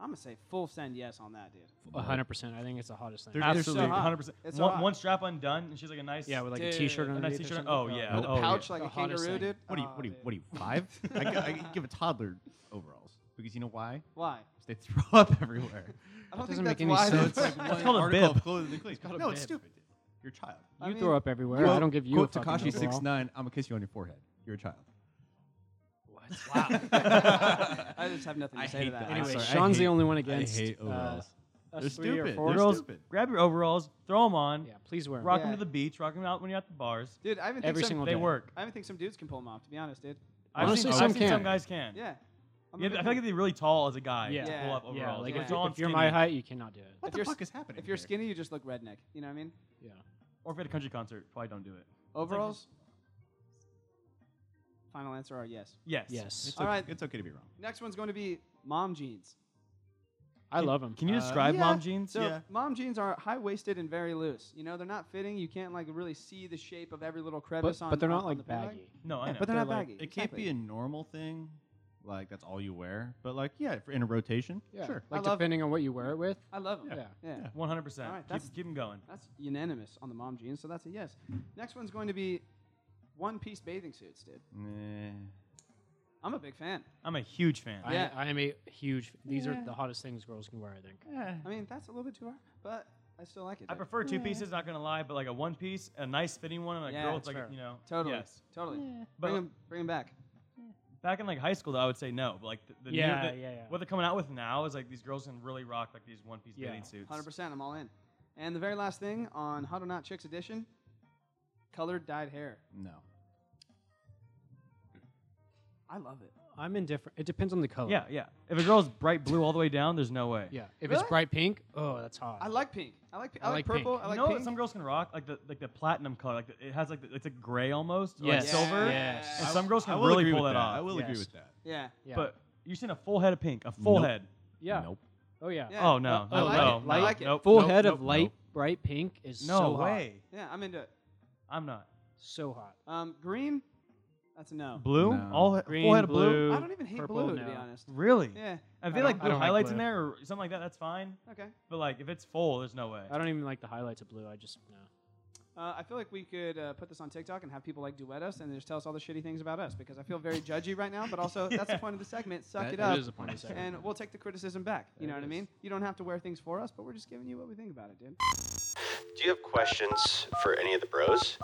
I'm going to say full send yes on that, dude. it. A hundred percent. I think it's the hottest thing. They're- absolutely, so hot. 100. percent It's so one, hot. one strap undone, and she's like a nice yeah, with like Dude, a t-shirt a a underneath. nice or t-shirt. on- something. Oh yeah, With a oh, yeah. pouch like The a hottest kangaroo, thing. dude. What are you? Oh, What are you? dude. What are you? Five? I, g- I give a toddler overalls because you know why? Why? They throw up everywhere. I don't doesn't think make that's any why. sense. they're- It's one called a article bib. of clothing they clean. called a no, it's bib. stupid. dude. You're a child. I You mean, throw up everywhere. I Quote- don't give you Quote a fucking Takashi overall. six nine. I'm gonna kiss you on your forehead. You're a child. I just have nothing to I say to hate that. that. I'm Anyway, sorry. I Sean's the hate- only one I against. hate uh, overalls. us They're three or stupid. four. They're girls, stupid. grab your overalls, throw them on, Yeah, please wear 'em. rock Yeah. them to the beach, rock them out when you're at the bars. Dude, I even think Every some, single They day. work. I even think some dudes can pull them off, to be honest, dude. I've Honestly, seen, some I've seen some can. guys can. Yeah. I'm a Yeah, I big feel like fan. if they're really tall as a guy, Yeah. to pull up Yeah, overalls. Yeah, like Yeah. if, If, tall and if you're skinny, my height, you cannot do it. What if the you're fuck s- is happening? If you're here? skinny, you just look redneck. You know what I mean? Yeah. or if at a country concert, probably don't do it. Overalls? Final answer are yes. Yes. Yes. It's All okay- right. It's okay to be wrong. Next one's going to be mom jeans. I love Uh, them. Can you describe yeah. mom jeans? So Yeah. mom jeans are high waisted and very loose. You know, they're not fitting. You can't like really see the shape of every little but, crevice on. but they're on- on not the like bootleg. baggy. No, I know. But they're not They're, like, baggy. It can't be a normal thing, like that's all you wear. But like, yeah, for- in a rotation, Yeah. sure. Like I love- depending on what you wear it with. I love them. Yeah. Yeah. Yeah. 100%. All right, that's- keep, keep 'em going. That's unanimous on the mom jeans, so that's a yes. Next one's going to be one piece bathing suits, dude. Nah. I'm a big fan. I'm a huge fan. I- Yeah. I, I am a huge. These Yeah. are the hottest things girls can wear. I think. I mean, that's a little bit too hard, but I still like it. I dude. prefer two pieces, not going to lie, but like a one piece, a nice fitting one, and a Yeah, girl, that's it's like, fair. you know. Totally. Yes. Totally. But Bring them, back. back in like high school, though, I would say no. But like the, the Yeah, new, the, yeah, yeah. what they're coming out with now is like these girls can really rock like these one piece Yeah. bathing suits. 100%. I'm all in. And the very last thing on How to Not Chicks Edition colored dyed hair. No. I love it. I'm indifferent. It depends on the color. Yeah, yeah. If a girl's bright blue all the way down, there's no way. Yeah. If Really? it's bright pink, oh, that's hot. I like pink. I like. I, I like, like purple. pink. I like you know pink. what some girls can rock? Like the like the platinum color. Like the, it has like the, it's a gray almost, or Yes. like silver. Yes. And some girls I can will really agree pull with that, off. I will agree Yes. with that. yeah. yeah. But you've seen a full head of pink, a full Nope. head. yeah. Nope. Oh yeah. Yeah. Oh no, I no, like no, it. no, I like it. nope, Full nope, head nope, of nope. light bright pink is No so way. Yeah. I'm into it. I'm not. hot. So hot. Um, green. That's a no. Blue? No. All he- Green, full head of blue. blue. I don't even hate purple, blue to be no. honest. Really? Yeah. If I they don't- like I blue don't like highlights in blue. there or something like that, that's fine. Okay. But like if it's full, there's no way. I don't even like the highlights of blue. I just no. Uh, I feel like we could uh, put this on TikTok and have people like duet us and just tell us all the shitty things about us because I feel very judgy right now. But also, that's the Yeah. point of the segment. Suck That- it that up. is the point of the segment. And we'll take the criticism back. You know That what I is. mean? You don't have to wear things for us, but we're just giving you what we think about it, dude. Do you have questions for any of the bros?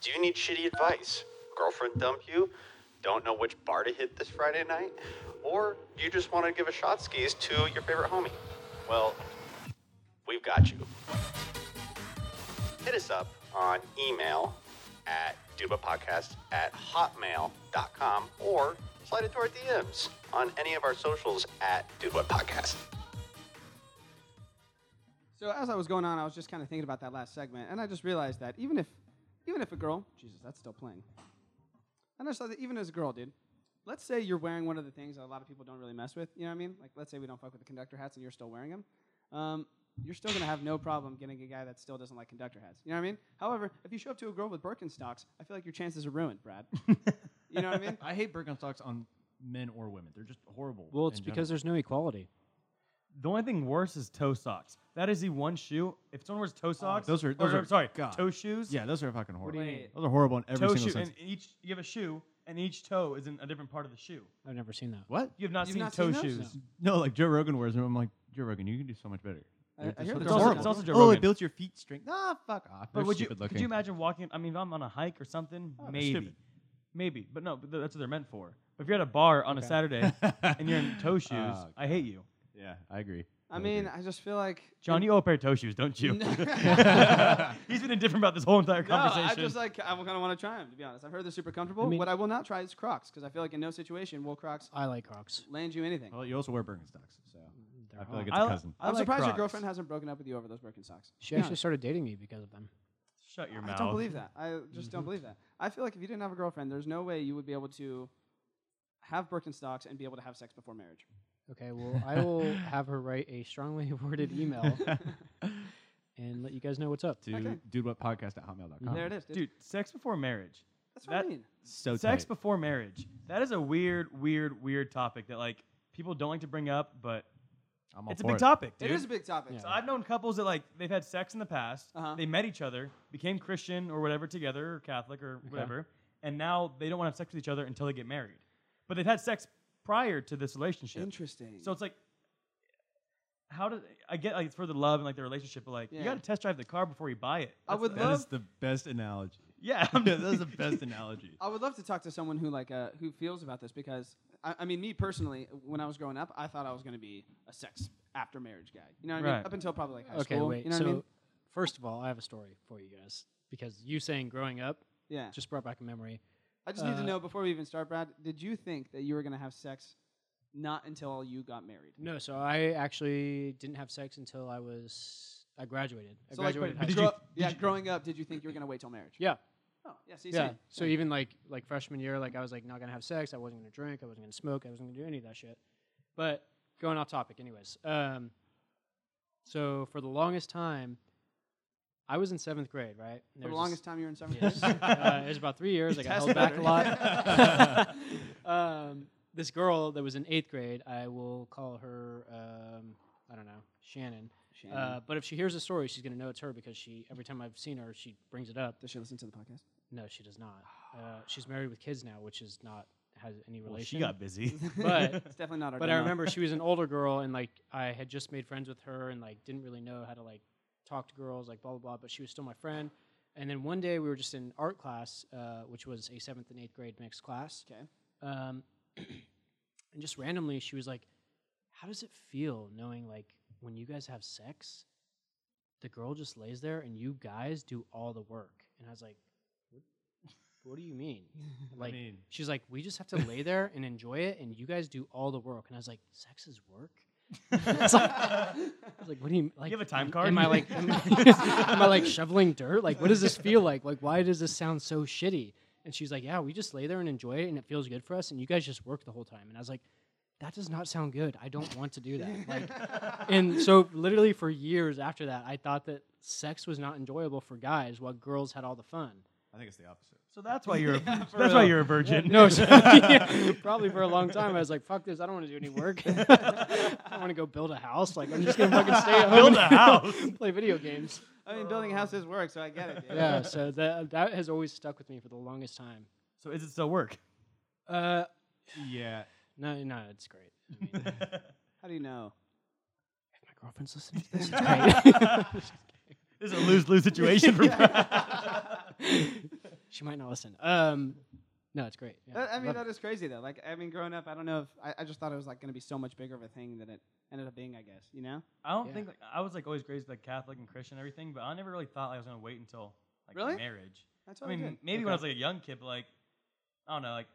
Do you need shitty advice? Girlfriend dump you? Don't know which bar to hit this Friday night? Or do you just want to give a shot skis to your favorite homie? Well, we've got you. Hit us up on email at dubapodcast at hotmail.com or slide into our DMs on any of our socials at Duba Podcast. So as I was going on, I was just kind of thinking about that last segment, and I just realized that even if, even if a girl, Jesus, that's still playing. And I just thought that even as a girl, dude, let's say you're wearing one of the things that a lot of people don't really mess with. You know what I mean? Like let's say we don't fuck with the conductor hats, and you're still wearing them. Um, you're still gonna have no problem getting a guy that still doesn't like conductor hats. You know what I mean? However, if you show up to a girl with Birkenstocks, I feel like your chances are ruined, Brad. you know what I mean? I hate Birkenstocks on men or women. They're just horrible. Well, it's in because there's no equality. The only thing worse is toe socks. That is the one shoe. If someone wears Oh, toe socks, those are- or- those or, are- sorry, God. toe shoes. general. yeah, those are fucking horrible. do you mean? Those are horrible in every toe single shoe, sense. and each you have a shoe, and each toe is in a different part of the shoe. I've never seen that. what? You have not You've seen not toe seen those? shoes. No, like Joe Rogan wears them. I'm like, Joe Rogan, you can do so much better. I- I They're just- hear they're that's horrible. awesome. It's also Joe Oh, Rogan. it builds your feet strength. Ah, fuck off. They're But would you? stupid looking. Could you imagine walking? I mean, if I'm on a hike or something, they're maybe, stupid. maybe. But no, but th- that's what they're meant for. But if you're at a bar on a Saturday and you're in toe shoes, Ah, I hate you, yeah, I agree. I mean, I just feel like John. You owe a pair of toe shoes, don't you? He's been indifferent about this whole entire No, I conversation. just uh, like I kind of want to try them to be honest. I've heard they're super comfortable. I mean- what I will not try is Crocs because I feel like in no situation will Crocs I like Crocs. land you anything. well, you also wear Birkenstocks, so They're I feel hot. like it's I a li- cousin. Oh, I I'm like surprised your Crocs. girlfriend hasn't broken up with you over those Birkenstocks. She Yeah. actually started dating me because of them. Shut your I mouth. don't believe that. I just don't believe that. I feel like if you didn't have a girlfriend, there's no way you would be able to have Birkenstocks and be able to have sex before marriage. Okay, well, I will have her write a strongly worded email and let you guys know what's up. To Okay. dude what podcast at Mm-hmm. hotmail.com. There it is, dude. Oh. Dude, sex before marriage. That's what I that- mean. So sex tight. before marriage. That is a weird, weird, weird topic that like people don't like to bring up, but I'm all it's a for big it. topic, dude. It is a big topic. Yeah. So I've known couples that like they've had sex in the past. Uh-huh. They met each other, became Christian or whatever together, or Catholic or whatever, and now they don't want to have sex with each other until they get married. But they've had sex prior to this relationship. Interesting. So it's like, how did I get like it's for the love and like the relationship? But like Yeah. you got to test drive the car before you buy it. I That's would the- That is love- the best analogy. Yeah, I'm that is the best analogy. I would love to talk to someone who like uh, who feels about this because I, I mean me personally, when I was growing up, I thought I was going to be a sex after marriage guy. You know what I mean? Right. Up until probably like high Okay, school. wait. You know so, what I mean? first of all, I have a story for you guys because you saying growing up Yeah. just brought back a memory. I just need to uh, know before we even start, Brad. Did you think that you were going to have sex not until you got married? No, so I actually didn't have sex until I was I graduated. I So like, graduated but high did school. you, yeah, growing up, did you think you were going to wait till marriage? yeah, Oh, yeah. See, yeah. same. So even like like freshman year, like I was like not gonna have sex. I wasn't gonna drink. I wasn't gonna smoke. I wasn't gonna do any of that shit. But going off topic, anyways. Um, so for the longest time, I was in seventh grade, right? And For there the was longest this- time you were in seventh grade. Yes. uh, it was about three years. I got held back a lot. um, this girl that was in eighth grade, I will call her, um, I don't know, Shannon. Shannon. Uh, but if she hears the story, she's going to know it's her because she every time I've seen her, she brings it up. Does she listen to the podcast? No, she does not. Uh, she's married with kids now, which is not has any Well, she relation. got busy. but It's definitely not our. but I demo. remember she was an older girl, and like I had just made friends with her, and like didn't really know how to like talk to girls, like blah blah blah. But she was still my friend. And then one day we were just in art class, uh, which was a seventh and eighth grade mixed class. Okay. Um, and just randomly, she was like, "How does it feel knowing like when you guys have sex, the girl just lays there and you guys do all the work?" And I was like, "What- What do you mean? Like, mean- she's like, we just have to lay there and enjoy it, and you guys do all the work. And I was like, sex is work. It's like- I was like, what do you like? have a time am- card? Am I like, am I, am I like shoveling dirt? Like, what does this feel like? Like, why does this sound so shitty? And she's like, yeah, we just lay there and enjoy it, and it feels good for us, and you guys just work the whole time. And I was like, that does not sound good. I don't want to do that. Like, and so literally for years after that, I thought that sex was not enjoyable for guys, while girls had all the fun. I think it's the opposite. So that's why you're a, that's for why real. you're a virgin. No, so- yeah, probably for a long time. I was like, "Fuck this! I don't want to do any work. I want to go build a house. Like, I'm just gonna fucking stay at Build home, a house. play video games." I mean, building a house is work, so I get it. Dude. Yeah, so that that has always stuck with me for the longest time. So is it still work? Uh, Yeah. no, no, it's great. I mean, if How do you know? my girlfriend's listening to this, it's great. Is it a lose lose situation for Brad? she might not listen. Um, no, it's great. Yeah, That, I mean, love that is crazy though. Like, I mean, growing up, I don't know if I, I just thought it was like going to be so much bigger of a thing than it ended up being. I guess you know. I don't Yeah. think like, I was like always raised like Catholic and Christian and everything, but I never really thought I was gonna wait until like Really? marriage. That's I what I mean, did. maybe Okay. when I was like a young kid, but like I don't know, like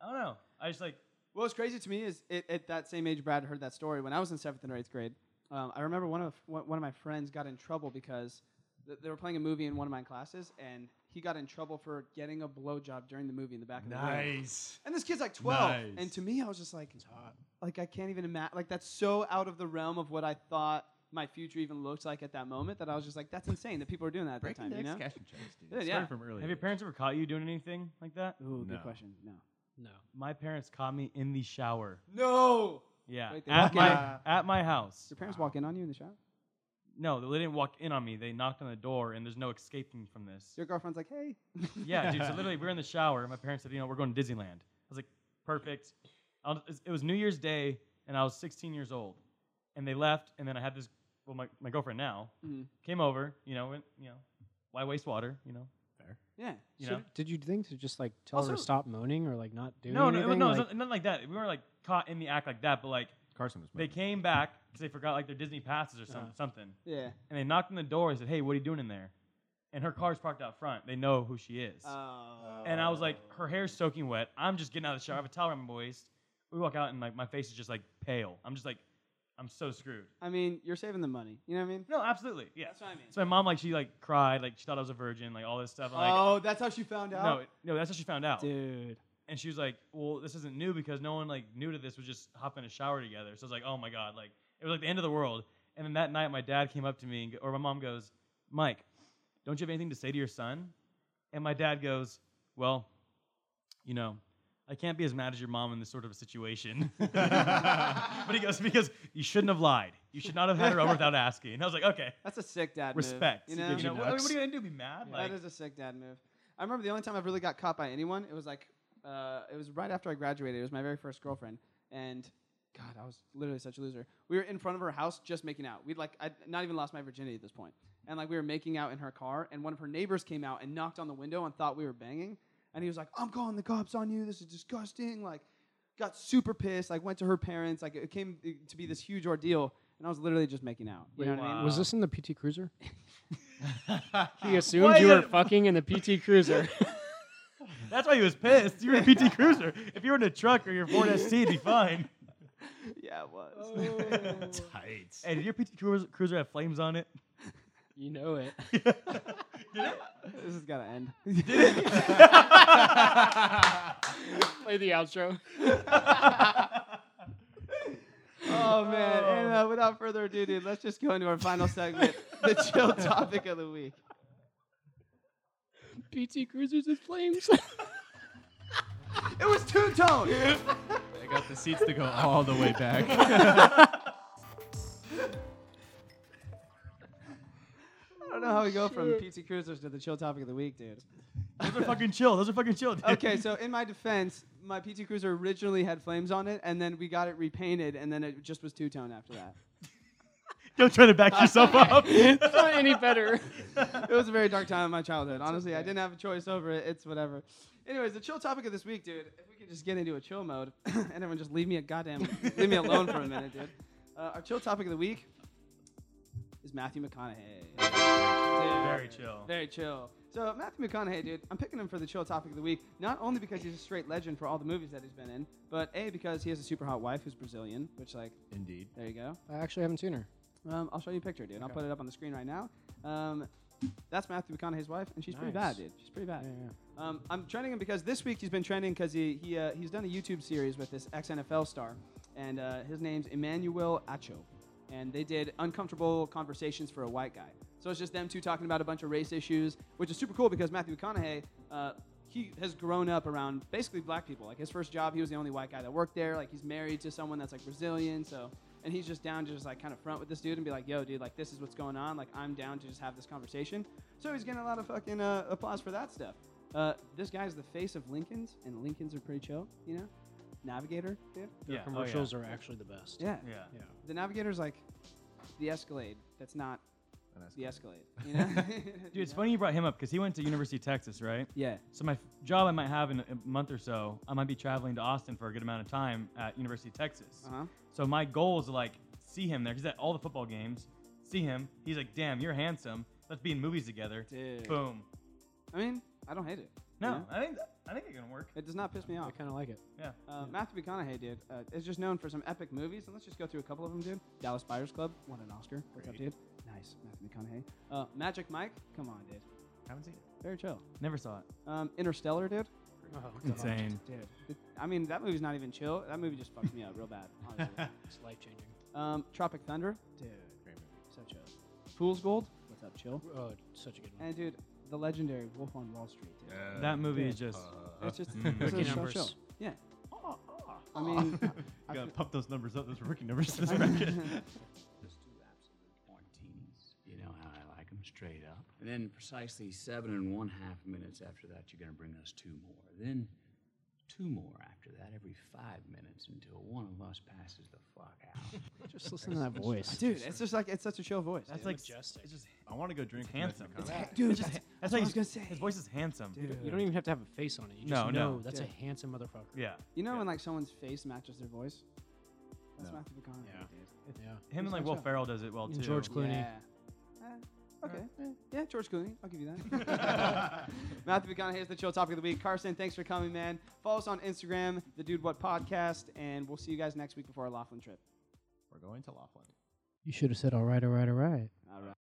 I don't know. I just like What was crazy to me is it, at that same age, Brad heard that story when I was in seventh and eighth grade. Um, I remember one of one one of my friends got in trouble because th- they were playing a movie in one of my classes, and he got in trouble for getting a blowjob during the movie in the back of the room. And this kid's like 12. Nice. And to me, I was just like, like I can't even imagine. Like that's so out of the realm of what I thought my future even looked like at that moment that I was just like, that's insane that people are doing that at that Breaking time. You decks, know? cash and checks, dude. Yeah, Started yeah. from early. have your age. parents ever caught you doing anything like that? Ooh, good No. question. No. it. no. My parents caught me in the shower. No. Yeah, Wait, they at walk in my on- at my house. Your parents walk in on you in the shower. No, they didn't walk in on me. They knocked on the door, and there's no escaping from this. Your girlfriend's like, hey. yeah, dude. So literally, we were in the shower. and My parents said, you know, we're going to Disneyland. I was like, perfect. I'll, it's- it was New Year's Day, and I was 16 years old. And they left, and then I had this. Well, my, my girlfriend now Mm-hmm. Mhm. came over. You know, and you know, why waste water? You know, yeah. you Should- know. Did you think to just like tell her Also- to stop moaning or like not do No, no, it anything? was, no, Like- it was nothing like that. We weren't like caught in the act like that. But like, Carson was. they moving. came back because they forgot like their Disney passes or some, Uh. something. Yeah. And they knocked on the door and said, hey, what are you doing in there? And her car's parked out front. They know who she Uh, is. Oh. And I was like, her hair's soaking wet. I'm just getting out of the shower. I have a towel around my waist. We walk out and like my face is just like pale. I'm just like, I'm so screwed. I mean, you're saving the money. You know what I mean? No, absolutely. Yeah. That's what I mean. So my mom like she like cried, like she thought I was a virgin, like all this stuff. I'm like, oh, that's how she found out. no, no, that's how she found out. Dude. And she was like, Well, this isn't new because no one like new to this was just hop in a shower together. So I was like, Oh my god, like it was like the end of the world. And then that night my dad came up to me and go, or my mom goes, Mike, don't you have anything to say to your son? And my dad goes, Well, you know, I can't be as mad as your mom in this sort of a situation. but he goes, Because you shouldn't have lied. You should not have had her over without asking. And I was like, Okay, That's a sick dad move, respect. You know? You know, what, I mean, what are you gonna do? Be mad? Like, that is a sick dad move. I remember the only time I've really got caught by anyone. It was like, uh, it was right after I graduated. It was my very first girlfriend, and God, I was literally such a loser. We were in front of her house just making out. We'd like, I'd not even lost my virginity at this point, and like we were making out in her car, and one of her neighbors came out and knocked on the window and thought we were banging, and he was like, "I'm calling the cops on you. This is disgusting." Like, got super pissed. Like, went to her parents. Like, it came to be this huge ordeal, and I was literally just making out. You Wait, know what I mean? wow. Was Uh, this in the PT Cruiser? he assumed Why you were did- fucking in the PT Cruiser. That's why he was pissed. You were in a PT Cruiser. If you were in a truck or your Ford ST, it'd be fine. Yeah, it was. Tights. Hey, did your PT Cruiser, Cruiser have flames on it? you know it. this has got to end. Play the outro. Oh man! And uh, without further ado, dude, let's just go into our final segment, the chill topic of the week. PT Cruisers is flames. It was two tone. I got the seats to go all the way back. I don't know how we go from PT Cruisers to the chill topic of the week, dude. Those are fucking chill. Those are fucking chill. Dude. Okay, so in my defense, my PT Cruiser originally had flames on it, and then we got it repainted, and then it just was two tone after that. Don't try to back yourself up. it's not any better. it was a very dark time in my childhood. Honestly, I didn't have a choice over it. It's whatever. Anyways, the chill topic of this week, dude. If we can just get into a chill mode, and everyone just leave me a goddamn leave me alone for a minute, dude. Uh, our chill topic of the week is Matthew McConaughey. Dude. Very chill. Very chill. So Matthew McConaughey, dude, I'm picking him for the chill topic of the week, not only because he's a straight legend for all the movies that he's been in, but a because he has a super hot wife who's Brazilian, which like, Indeed. there you go. I actually haven't seen her. Um, I'll show you a picture, dude. I'll put it up on the screen right now. Um, that's Matthew McConaughey's wife, and she's pretty bad, Nice. dude. She's pretty bad. Yeah, yeah. Um, I'm trending him because this week he's been trending because he, he uh, he's done a YouTube series with this ex NFL star, and uh, his name's Emmanuel Acho, and they did uncomfortable conversations for a white guy. So it's just them two talking about a bunch of race issues, which is super cool because Matthew McConaughey. Uh, he has grown up around basically black people. Like his first job, he was the only white guy that worked there. Like he's married to someone that's like Brazilian, so and he's just down to just like kind of front with this dude and be like, "Yo, dude, like this is what's going on. Like I'm down to just have this conversation." So he's getting a lot of fucking uh, applause for that stuff. Uh, this guy's the face of Lincolns, and Lincolns are pretty chill, you know. Navigator, dude. Their Yeah, oh, commercials are actually the best. Yeah. Yeah. Yeah. The Navigator's like the Escalade. That's not That's the Escalade. You know. Dude, it's funny you brought him up because he went to University of Texas, right? Yeah. So my f- job I might have in a a month or so, I might be traveling to Austin for a good amount of time at University of Texas. Uh huh. So my goal is to like see him there. He's at all the football games. See him. He's like, damn, you're handsome. Let's be in movies together. Dude. Boom. I mean, I don't hate it. you No, know? I think I think it can work. It does not piss me I off. kind of like it. Yeah. Uh, Matthew McConaughey, dude, uh, is just known for some epic movies, and let's just go through a couple of them, dude. Dallas Buyers Club won an Oscar. What's up, dude? Nice, Matthew McConaughey. Uh, Magic Mike, come on, dude. Haven't seen it. Very chill. Never saw it. Um, Interstellar, dude. Oh, Insane. Dude, it- I mean that movie's not even chill. That movie just fucked me up real bad. Honestly. It's life changing. um, Tropic Thunder, dude, so chill. Fool's Gold, what's up, chill? Oh, such a good one. And dude, the legendary Wolf on Wall Street, dude. That movie Yeah. is just. It's just Mm. it's Rookie just so numbers. chill. Yeah. I mean, I Gotta feel- pump those numbers up. Those rookie numbers this bracket. Just two absolute martinis. You know how I like them straight up. And then precisely seven and one half minutes after that, you're going to bring us two more. Then two more after that every five minutes until one of us passes the fuck out. Just listen to that voice. dude, it's just like it's such a chill voice. That's dude. like. majestic. It's just. I want to go drink. It's handsome. It's dude, It's just, that's- that's what I how was he's gonna say. His voice is handsome. dude. You don't even have to have a face on it. You just No, no. know that's Yeah. a handsome motherfucker. Yeah. You know Yeah. when like someone's face matches their voice? That's No. Matthew McConaughey. Yeah. dude. Yeah. Him and like He's Will handsome. Ferrell does it well And too. George Clooney. Yeah. Eh, okay. eh, Yeah, George Clooney. I'll give you that. Matthew McConaughey is the chill topic of the week. Carson, thanks for coming, man. Follow us on Instagram, the Dude What Podcast, and we'll see you guys next week before our Laughlin trip. We're going to Laughlin. You should have said, all right, all right, all right. All right.